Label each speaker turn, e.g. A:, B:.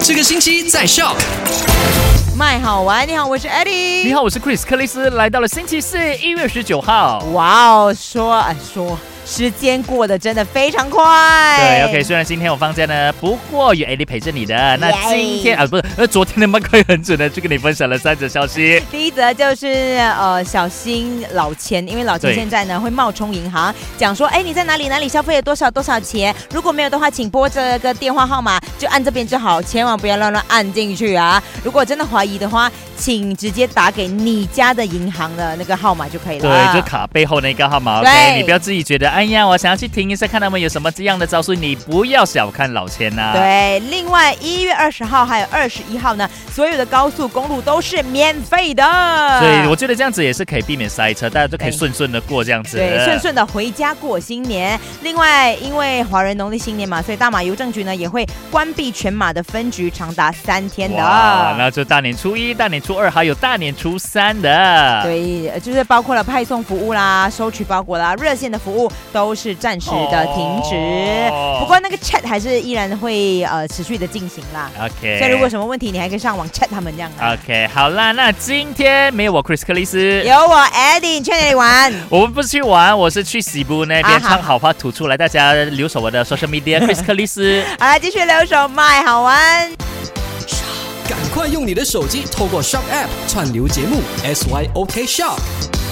A: 这个星期在 Shock。
B: 麦好玩，你好，我是 Eddie。
C: 你好，我是 Chris 克里斯，来到了星期四，一月十九号。
B: 哇哦，说啊说，时间过得真的非常快。
C: 对，OK，虽然今天我放假呢，不过有 AD 陪着你的。那今天啊，不是，呃，昨天的麦克很准的去跟你分享了三则消 息。
B: 第一则就是呃，小心老钱，因为老钱
C: 对
B: 现在呢会冒充银行，讲说，哎，你在哪里哪里消费了多少多少钱？如果没有的话，请拨这个电话号码，就按这边就好，千万不要乱乱按进去啊！如果真的怀疑的话，请直接打给你家的银行的那个号码就可以了。
C: 对，就卡背后那个号码
B: 对
C: ，OK，你不要自己觉得，哎呀，我想要去听一下，看他们有什么这样的招数，你不要小看老千啊呐、
B: 对，另外一月二十号还有二十一号呢，所有的高速公路都是免费的。
C: 所以我觉得这样子也是可以避免塞车，大家都可以
B: 对
C: 顺顺的过这样子。
B: 对，顺顺的回家过新年。另外，因为华人农历新年嘛，所以大马邮政局呢也会关闭全马的分局长达三天的。
C: 哇，那就大年初一、大年初二，还有大年初三的。。
B: 对，呃就是包括了派送服务啦、收取包裹啦、热线的服务都是暂时的停止。
C: 哦
B: 不过那个 chat 还是依然会呃持续的进行啦。
C: OK，
B: 所以如果有什么问题，你还可以上网 chat 他们这样啊。
C: OK，好啦，那今天没有我 Chris 克里斯，
B: 有我 Eddie，你去哪里玩？
C: 我们不是去玩，我是去西部那
B: 啊
C: 边
B: 好
C: 唱好话吐出来，大家留守我的 social media Chris 克里斯。
B: 好啦，继续留守麦好玩。
A: 赶快用你的手机透过 Shock App 串流节目 SYOK Shock。